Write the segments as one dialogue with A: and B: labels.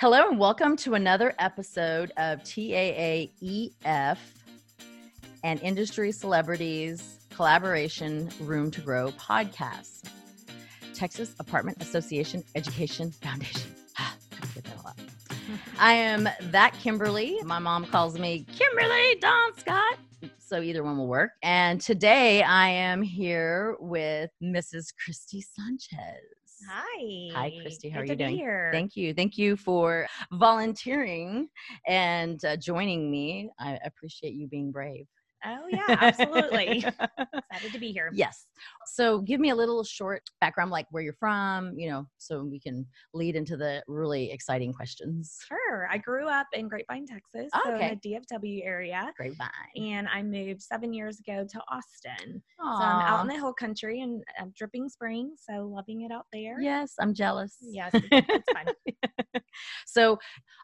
A: Hello and welcome to another episode of TAAEF and E Industry Celebrities Collaboration Room to Grow podcast, Texas Apartment Association Education Foundation. Ah, Get that all out. I am that Kimberly. My mom calls me Kimberly Don Scott. So either one will work. And today I am here with Mrs. Christy Sanchez.
B: Hi.
A: Hi, Christy. How
B: Good
A: are you
B: to be
A: doing?
B: here.
A: Thank you. Thank you for volunteering and uh, joining me. I appreciate you being brave.
B: Oh, yeah, absolutely. Excited to be here.
A: yes. So, give me a little short background, like where you're from, you know, so we can lead into the really exciting questions.
B: Sure. I grew up in Grapevine, Texas,
A: Oh,
B: so
A: okay.
B: in the DFW area.
A: Grapevine.
B: And I moved seven years ago to Austin. So I'm out in
A: Aw.
B: the hill country and um, dripping spring, so loving it out there.
A: Yes, I'm jealous.
B: Yes, it's fun.
A: So,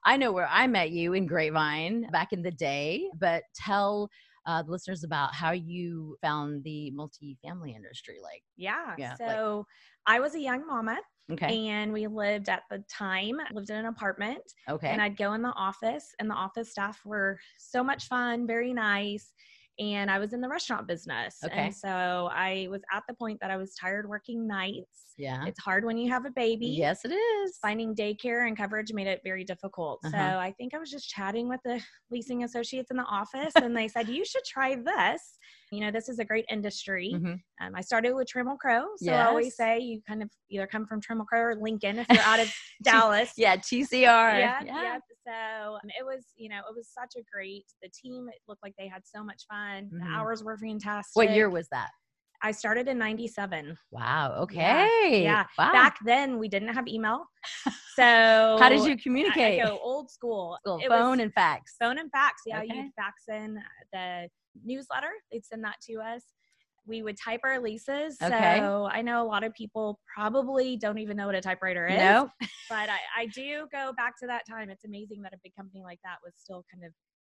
A: I know where I met you in Grapevine back in the day, but tell uh, the listeners about how you found the multifamily industry. Like,
B: Yeah.
A: Yeah, like-
B: so I was a young mama,
A: okay,
B: and we lived at the time, lived in an apartment.
A: okay.
B: And I'd go in the office, and the office staff were so much fun, very nice. And I was in the restaurant business.
A: Okay.
B: And so I was at the point that I was tired working nights.
A: yeah.
B: It's hard when you have a baby.
A: Uh-huh. Yes, it is.
B: Finding daycare and coverage made it very difficult. So
A: Uh-huh.
B: I think I was just chatting with the leasing associates in the office, and they said, You should try this. You know, this is a great industry.
A: Mhm.
B: Um, I started with Trammell Crow. So I always
A: Yes.
B: say you kind of either come from Trammell Crow or Lincoln if you're out of Dallas.
A: Yeah, TCR.
B: Yeah, yeah. So um, it was, you know, it was such a great. The team it looked like they had so much fun. The
A: Mhm.
B: hours were fantastic.
A: What year was that?
B: I started in '97.
A: Wow.
B: Yeah,
A: Okay.
B: yeah.
A: Wow.
B: Back then, we didn't have email, so
A: Ah. How did you
B: I-
A: communicate?
B: I, go old school.
A: School,
B: It was
A: phone and fax.
B: phone and fax. Yeah,
A: Okay.
B: you'd fax in the newsletter. They'd send that to us. We would type our leases.
A: Okay.
B: So I know a lot of people probably don't even know what a typewriter is.
A: No.
B: but I, I do go back to that time. It's amazing that a big company like that was still kind of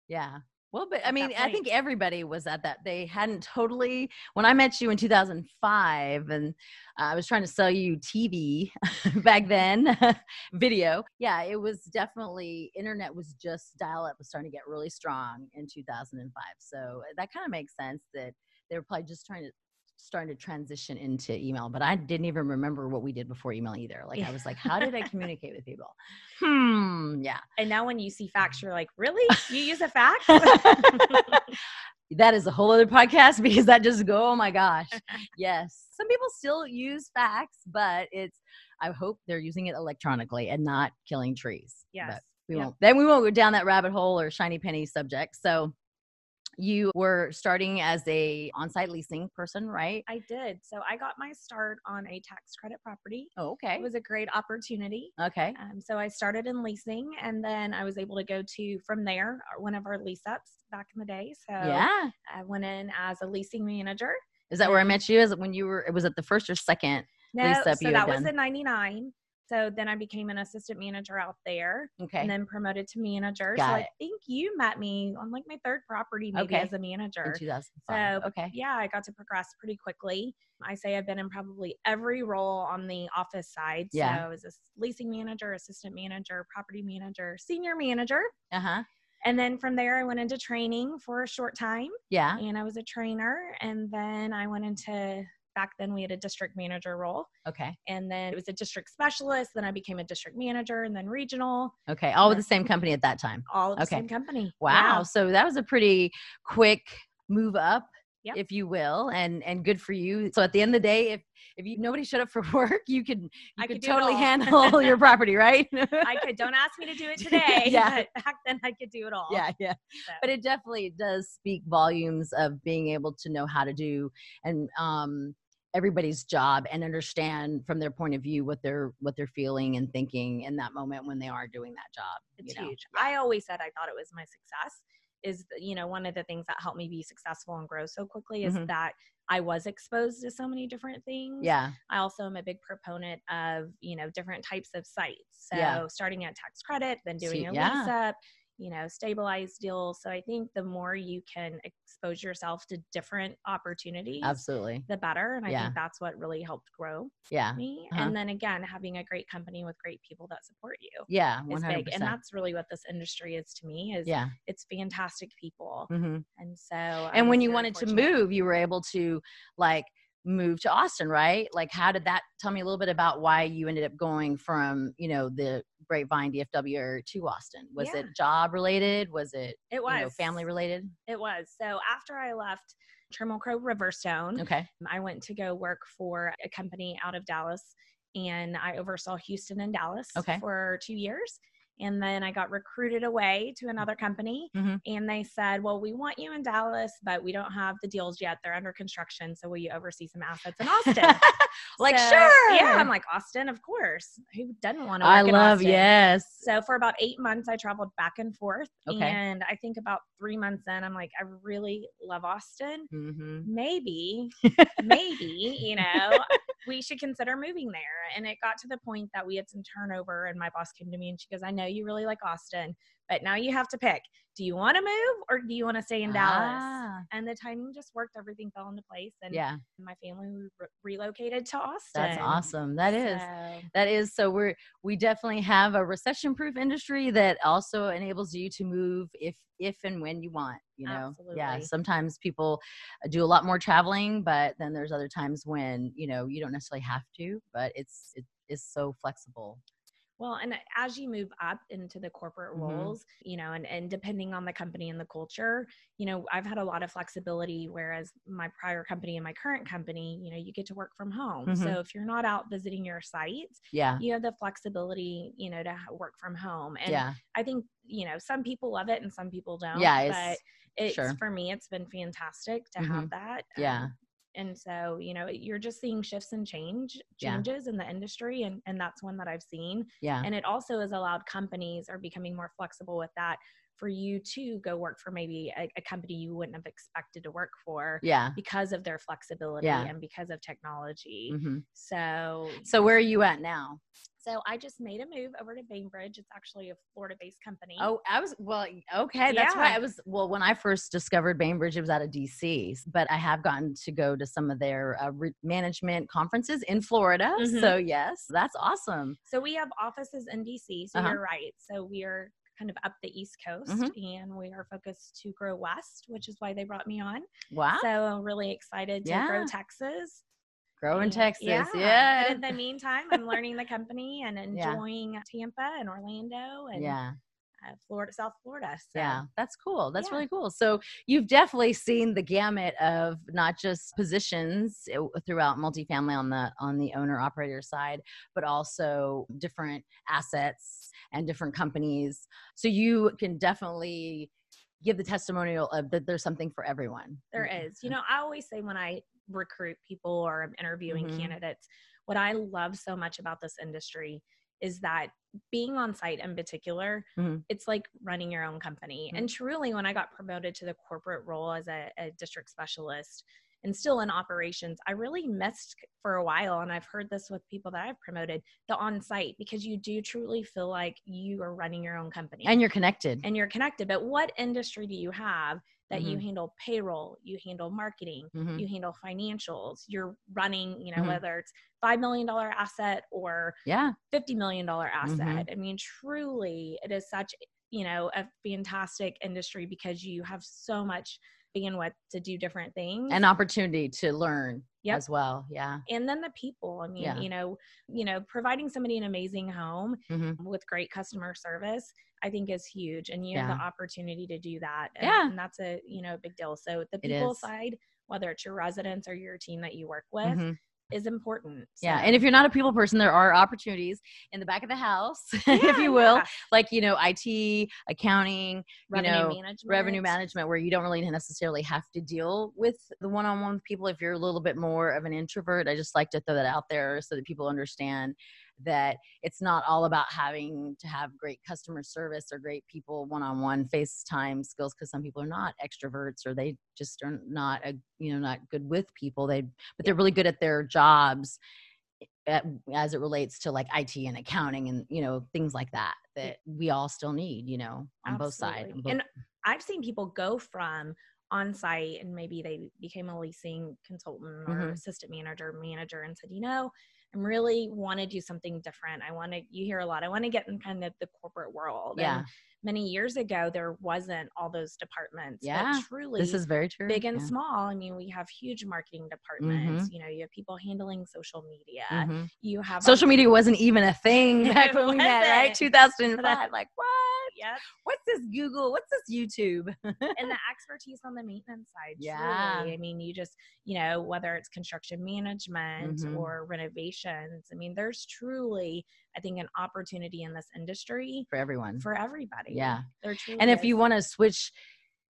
A: Yeah. Well, but I
B: At
A: mean,
B: that
A: I
B: point.
A: think everybody was at that. They hadn't totally. When I met you in 2005, and uh, I was trying to sell you TV back
B: Mm-hmm.
A: then, video. Yeah, it was definitely internet was just dial up was starting to get really strong in 2005. So that kind of makes sense that they were probably just trying to starting to transition into email. But I didn't even remember what we did before email either. Like I was like, how did I communicate with people? Hmm. Yeah.
B: And now when you see fax, you're like, really? You use a fax?
A: that is a whole other podcast because that just go oh my gosh yes some people still use fax but it's i hope they're using it electronically and not killing trees
B: yes.
A: But we
B: Yep.
A: won't then we won't go down that rabbit hole or shiny penny subject so you were starting as a on-site leasing person right
B: I did. So I got my start on a tax credit property.
A: oh,
B: It
A: okay
B: was a great opportunity.
A: okay
B: Um, so I started in leasing and then I was able to go to from there uh, one of our lease ups back in the day. So
A: yeah
B: I went in as a leasing manager.
A: is that where i met you is it when you were was it the first or second
B: No,
A: Lease up
B: so
A: you
B: that
A: had
B: was
A: done.
B: in 99. So then I became an assistant manager out there.
A: okay
B: and then promoted to manager. so
A: Got
B: I
A: it.
B: think you met me on like my third property maybe
A: Okay.
B: as a manager.
A: in 2005
B: So,
A: okay
B: Yeah, I got to progress pretty quickly. I say I've been in probably every role on the office side.
A: Yeah.
B: So I was a leasing manager, assistant manager, property manager, senior manager.
A: uh-huh
B: And then from there I went into training for a short time
A: yeah
B: and I was a trainer. And then I went into back then we had a district manager role.
A: okay
B: And then it was a district specialist. Then I became a district manager and then regional,
A: okay all with the same company at that time
B: all at the
A: Okay.
B: same company.
A: Wow.
B: Yeah.
A: So that was a pretty quick move up,
B: Yep.
A: if you will, and and good for you. So at the end of the day, if if you nobody showed up for work, you could you
B: I
A: could,
B: could do it
A: totally
B: all.
A: handle your property, right?
B: I could. Don't ask me to do it today.
A: Yeah.
B: But back then I could do it all.
A: yeah, yeah.
B: So.
A: But it definitely does speak volumes of being able to know how to do and um everybody's job and understand from their point of view what they're what they're feeling and thinking in that moment when they are doing that job.
B: It's
A: you know?
B: huge. I always said I thought it was my success is th- you know one of the things that helped me be successful and grow so quickly is
A: Mhm.
B: that I was exposed to so many different things.
A: Yeah.
B: I also am a big proponent of, you know, different types of sites. So
A: Yeah.
B: starting at tax credit, then
A: So
B: doing
A: you-
B: a
A: yeah.
B: lease up, you know, stabilized deals. So I think the more you can expose yourself to different opportunities,
A: Absolutely.
B: the better. And I
A: Yeah.
B: think that's what really helped grow
A: Yeah.
B: me.
A: Uh-huh.
B: And then again, having a great company with great people that support you
A: Yeah.
B: is
A: 100%.
B: big. And that's really what this industry is to me is
A: yeah.
B: it's fantastic people.
A: Mm-hmm.
B: And so I
A: And
B: was
A: when you
B: very
A: wanted to
B: fortunate.
A: move, you were able to like move to Austin, right? Like, how did that tell me a little bit about why you ended up going from, you know, the Grapevine DFW area to Austin? Was
B: Yeah.
A: it job related? Was it,
B: it was
A: you know, family related?
B: It was. So after I left Trammell Crow Riverstone,
A: Okay.
B: I went to go work for a company out of Dallas and I oversaw Houston and Dallas
A: Okay.
B: for two years. And then I got recruited away to another company
A: Mhm.
B: and they said, Well, we want you in Dallas, but we don't have the deals yet. They're under construction. So will you oversee some assets in Austin?
A: like,
B: So,
A: sure.
B: Yeah. I'm like, Austin, of course. Who doesn't want to work
A: I
B: in
A: love,
B: Austin?
A: yes.
B: So for about eight months, I traveled back and forth.
A: Okay.
B: And I think about three months in, I'm like, I really love Austin.
A: hmm
B: Maybe, maybe, you know, we should consider moving there. And it got to the point that we had some turnover, and my boss came to me and she goes, I know you really like Austin, but now you have to pick do you want to move or do you want to stay in Dallas?
A: Ah,
B: And the timing just worked, everything fell into place. And
A: yeah.
B: my family we re- relocated to Austin.
A: That's awesome. That is.
B: So-
A: That is so we're we definitely have a recession proof industry that also enables you to move if if and when you want, you know. Yeah,
B: Absolutely.
A: sometimes people uh, do a lot more traveling, but then there's other times when, you know, you don't necessarily have to, but it's it is so flexible.
B: Well, and as you move up into the corporate
A: Mhm.
B: roles, you know, and, and depending on the company and the culture, you know, I've had a lot of flexibility. Whereas my prior company and my current company, you know, you get to work from home.
A: Mhm.
B: So if you're not out visiting your site,
A: Yeah.
B: you have the flexibility, you know, to ha- work from home. And
A: yeah.
B: I think, you know, some people love it and some people don't.
A: Yeah, it's-
B: but it's
A: sure. Mm-hmm.
B: for me, it's been fantastic to have that.
A: Yeah.
B: Um, and so, you know, you're just seeing shifts and change
A: Yeah.
B: changes in the industry. And, and that's one that I've seen.
A: Yeah.
B: And it also has allowed companies are becoming more flexible with that for you to go work for maybe a, a company you wouldn't have expected to work for
A: Yeah.
B: because of their flexibility
A: Yeah.
B: and because of technology.
A: Mhm.
B: So,
A: So where are you at now?
B: so I just made a move over to Bainbridge. It's actually a Florida-based company.
A: Oh, I was well. Okay, that's
B: Yeah.
A: why I was well. When I first discovered Bainbridge, it was out of DC, but I have gotten to go to some of their uh, re- management conferences in Florida.
B: Mhm.
A: So yes, that's awesome.
B: So we have offices in DC. So
A: Uh-huh.
B: you're right. So we are kind of up the East Coast,
A: Mm-hmm.
B: and we are focused to grow West, which is why they brought me on.
A: Wow,
B: So I'm really excited to grow
A: Ah. Yeah.
B: Texas.
A: grow in
B: And-
A: Texas. Yeah,
B: yeah.
A: yeah,
B: But in the meantime, I'm learning the company and
A: Yeah.
B: enjoying Tampa and Orlando and
A: yeah,
B: uh, Florida, South Florida. So.
A: That's cool. That's
B: Yeah.
A: really cool. So you've definitely seen the gamut of not just positions uh, throughout multifamily on the on the owner operator side, but also different assets and different companies. So you can definitely give the testimonial of that there's something for everyone. Mm-hmm.
B: There is. You know, I always say when I recruit people or I'm interviewing
A: Mhm.
B: candidates, what I love so much about this industry is that being on site in particular,
A: Mhm.
B: it's like running your own company.
A: Mhm.
B: And truly, when I got promoted to the corporate role as a, a district specialist and still in operations, I really missed for a while. And I've heard this with people that I've promoted the on site because you do truly feel like you are running your own company
A: and you're connected.
B: and you're connected. But what industry do you have that you
A: Mhm.
B: handle payroll, you handle marketing,
A: Mhm.
B: you handle financials, you're running, you know,
A: Mhm.
B: whether it's $5 million asset or
A: Yeah,
B: $50 million asset.
A: Mhm.
B: I mean, truly, it is such, you know, a fantastic industry because you have so much bandwidth to do different things.
A: an opportunity to learn
B: Yep.
A: as well. Yeah.
B: and then the people. I mean,
A: Yeah.
B: you know, you know, providing somebody an amazing home
A: Mhm.
B: with great customer service i think is huge and you have the opportunity to do that and,
A: Yeah.
B: and that's a you know a big deal so the
A: It
B: people
A: is.
B: side whether it's your residents or your team that you work with
A: Mhm.
B: is important
A: Yeah,
B: So-
A: and if you're not a people person, there are opportunities in the back of the house, if
B: Yeah,
A: you will,
B: yeah.
A: like you know, IT, accounting,
B: revenue
A: know,
B: management
A: revenue management, where you don't really necessarily have to deal with the one-on-one with people if you're a little bit more of an introvert. I just like to throw that out there so that people understand that it's not all about having to have great customer service or great people one-on-one FaceTime skills because some people are not extroverts or they just are not a, you know not good with people. They but they're really good at their jobs at, as it relates to like IT and accounting and you know things like that that we all still need you know on both sides.
B: Absolutely. And I've seen people go from on site and maybe they became a leasing consultant or
A: Mhm.
B: assistant manager, manager, and said, you know, I really want to do something different. I want to, you hear a lot, I want to get in kind of the corporate world. And
A: yeah,
B: many years ago, there wasn't all those departments.
A: Yeah.
B: But truly,
A: this is very true.
B: big and
A: yeah. Mm-hmm.
B: small. I mean, we have huge marketing departments. You know, you have people handling social media.
A: Mhm.
B: You have
A: Social media wasn't even a thing
B: It
A: back when we met, right?
B: wasn't.
A: 2005. Like, what?
B: Yep.
A: What's this Google? What's this YouTube?
B: and the expertise on the maintenance side.
A: Yeah.
B: Truly. I mean, you just, you know, whether it's construction management
A: Mhm.
B: or renovations, I mean, there's truly, I think, an opportunity in this industry
A: For everyone.
B: for everybody.
A: Yeah.
B: There truly
A: and if you
B: is.
A: want to switch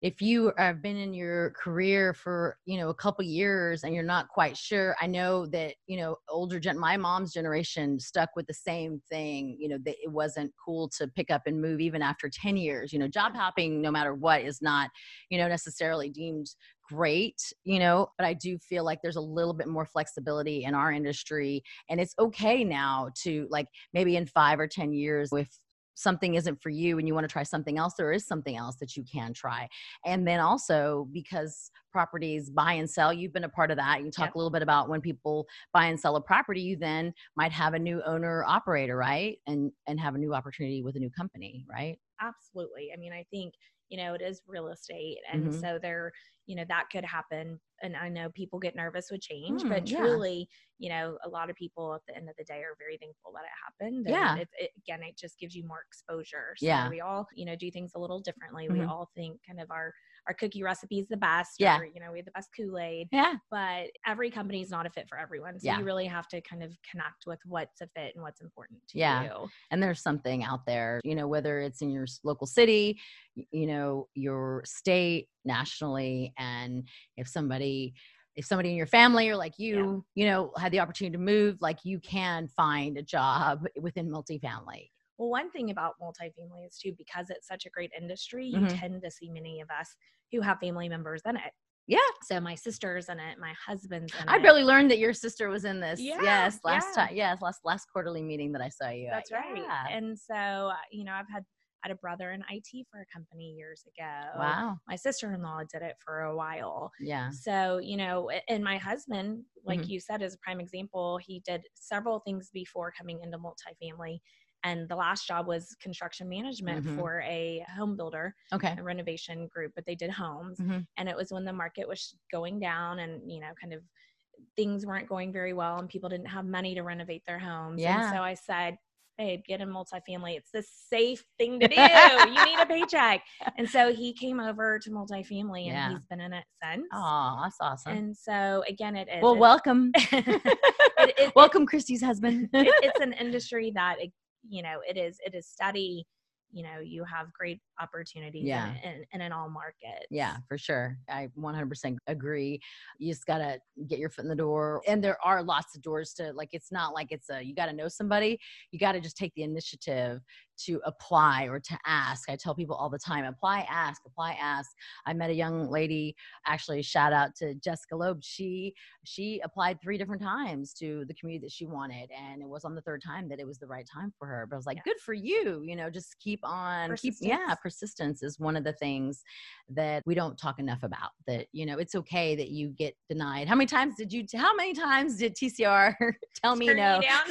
A: if you have been in your career for you know a couple years and you're not quite sure i know that you know older gen my mom's generation stuck with the same thing you know that it wasn't cool to pick up and move even after 10 years you know job hopping no matter what is not you know necessarily deemed great you know but i do feel like there's a little bit more flexibility in our industry and it's okay now to like maybe in 5 or 10 years if something isn't for you and you want to try something else, there is something else that you can try. And then also because properties buy and sell, you've been a part of that. You can talk
B: Yep.
A: a little bit about when people buy and sell a property, you then might have a new owner operator, right? And and have a new opportunity with a new company, right?
B: absolutely. I mean, I think, you know, it is real estate. And
A: Mhm.
B: so there, you know, that could happen. And I know people get nervous with change,
A: Mm,
B: but
A: yeah.
B: truly, you know, a lot of people at the end of the day are very thankful that it happened. And
A: Yeah.
B: It, it, again, it just gives you more exposure. So
A: Yeah.
B: we all, you know, do things a little differently. We
A: Mhm.
B: all think kind of our, our cookie recipe is the best.
A: Yeah.
B: Or, you know, we have the best Kool Aid,
A: Yeah.
B: but every company is not a fit for everyone. So
A: Yeah.
B: you really have to kind of connect with what's a fit and what's important to
A: Yeah.
B: you.
A: And there's something out there, you know, whether it's in your s- local city, y- you know, your state, nationally, and if somebody if somebody in your family or like you, you know, had the opportunity to move, like you can find a job within multifamily.
B: Well, one thing about multifamily is too, because it's such a great industry, you
A: Mhm.
B: tend to see many of us who have family members in it.
A: Yeah.
B: So my sister's in it, my husband's in it.
A: I barely learned that your sister was in this.
B: Yeah,
A: yes, last
B: yeah.
A: time. Yes, last last quarterly meeting that I saw you. at.
B: That's right.
A: Yeah.
B: And so, uh, you know, I've had I had a brother in IT for a company years ago.
A: wow.
B: My sister-in-law did it for a while.
A: Yeah.
B: So, you know, a- and my husband, like
A: Mhm.
B: you said, is a prime example. He did several things before coming into multifamily. And the last job was construction management
A: Mhm.
B: for a home builder.
A: Okay.
B: a renovation group, but they did homes.
A: Mhm.
B: And it was when the market was going down and, you know, kind of things weren't going very well and people didn't have money to renovate their homes.
A: Yeah.
B: And so I said, Babe, get in multifamily. It's the safe thing to do. you need a paycheck. And so he came over to multifamily and
A: Yeah.
B: he's been in it since.
A: Oh, that's awesome.
B: And so again, it is.
A: well,
B: it's-
A: welcome.
B: it- it-
A: welcome Christy's husband.
B: it, it's an industry that it- you know it is it is steady you know you have great opportunities
A: Yeah.
B: in, in, in, in all markets
A: Yeah, for sure. I 100% agree. You just got to get your foot in the door. And there are lots of doors to, like, it's not like it's a, you got to know somebody. You got to just take the initiative to apply or to ask. I tell people all the time apply, ask, apply, ask. I met a young lady, actually, shout out to Jessica Loeb. She, she applied three different times to the community that she wanted. And it was on the third time that it was the right time for her. But I was like,
B: Yeah.
A: good for you. You know, just keep on, keep, yeah,
B: Persistence.
A: persistence is one of the things that we don't talk enough about that you know it's okay that you get denied how many times did you how many times did tcr tell me
B: Turn me
A: no
B: down?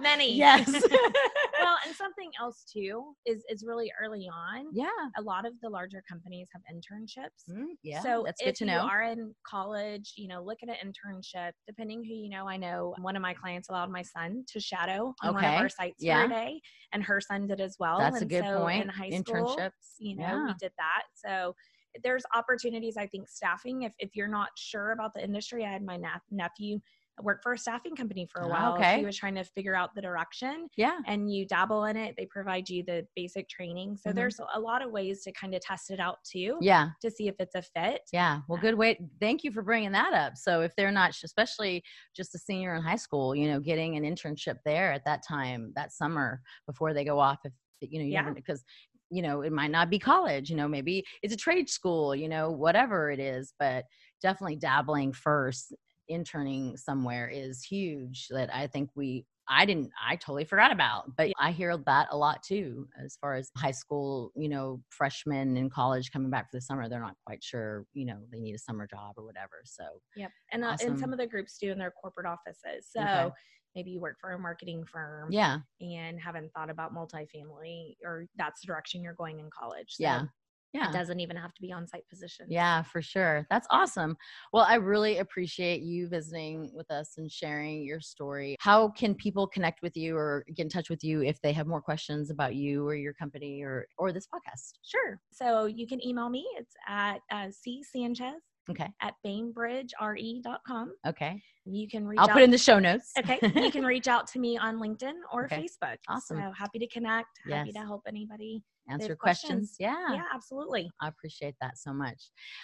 B: many
A: yes
B: well and something else too is is really early on
A: yeah
B: a lot of the larger companies have internships
A: Mm, yeah
B: so
A: that's
B: if
A: good to
B: you
A: know
B: are in college, you know, look at an internship. Depending who you know, I know one of my clients allowed my son to shadow on one
A: Okay.
B: of our sites
A: Yeah.
B: for a day, and her son did as well.
A: that's a
B: and
A: good
B: so
A: point
B: In high school,
A: internships
B: you know,
A: yeah.
B: we did that. So there's opportunities. I think staffing. If if you're not sure about the industry, I had my nep- nephew work for a staffing company for a
A: Ah,
B: while.
A: okay.
B: He was trying to figure out the direction
A: yeah
B: and you dabble in it. They provide you the basic training. So
A: Mhm.
B: there's a lot of ways to kind of test it out too
A: yeah
B: to see if it's a fit.
A: yeah well good way thank you for bringing that up so if they're not especially just a senior in high school you know getting an internship there at that time that summer before they go off if you know you
B: Yeah.
A: never because you know it might not be college you know maybe it's a trade school you know whatever it is but definitely dabbling first interning somewhere is huge that I think we I didn't I totally forgot about. But
B: Yeah.
A: I hear that a lot too as far as high school, you know, freshmen in college coming back for the summer, they're not quite sure, you know, they need a summer job or whatever. So
B: Yep. And, uh,
A: Awesome.
B: and some of the groups do in their corporate offices. So
A: Okay.
B: maybe you work for a marketing firm
A: yeah.
B: and haven't thought about multifamily or that's the direction you're going in college. So
A: Yeah. Yeah.
B: It doesn't even have to be on site positions.
A: Yeah, for sure. That's awesome. Well, I really appreciate you visiting with us and sharing your story. How can people connect with you or get in touch with you if they have more questions about you or your company or or this podcast?
B: Sure. So you can email me. It's at uh, csanchez
A: Okay.
B: at bainbridgere.com.
A: Okay.
B: You can reach
A: I'll
B: out.
A: put in the show notes.
B: okay. You can reach out to me on LinkedIn or
A: Okay.
B: Facebook.
A: Awesome.
B: So happy to connect. Happy
A: Yes.
B: to help anybody. They
A: Answer
B: have
A: questions.
B: questions.
A: Yeah.
B: yeah absolutely.
A: I appreciate that so much.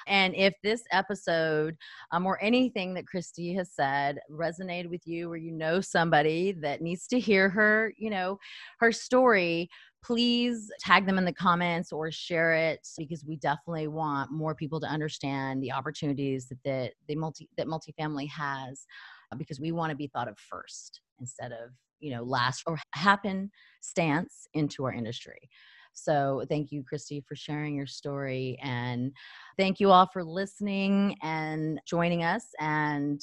A: And if this episode um, or anything that Christy has said resonated with you, or you know somebody that needs to hear her, you know, her story, please tag them in the comments or share it because we definitely want more people to understand the opportunities that the, the multi that multifamily has, uh, because we want to be thought of first instead of you know last or happen stance into our industry. So thank you, Christy, for sharing your story. And thank you all for listening and joining us. And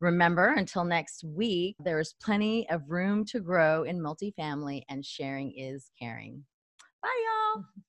A: remember, until next week, there is plenty of room to grow in multifamily, and sharing is caring. Bye, y'all.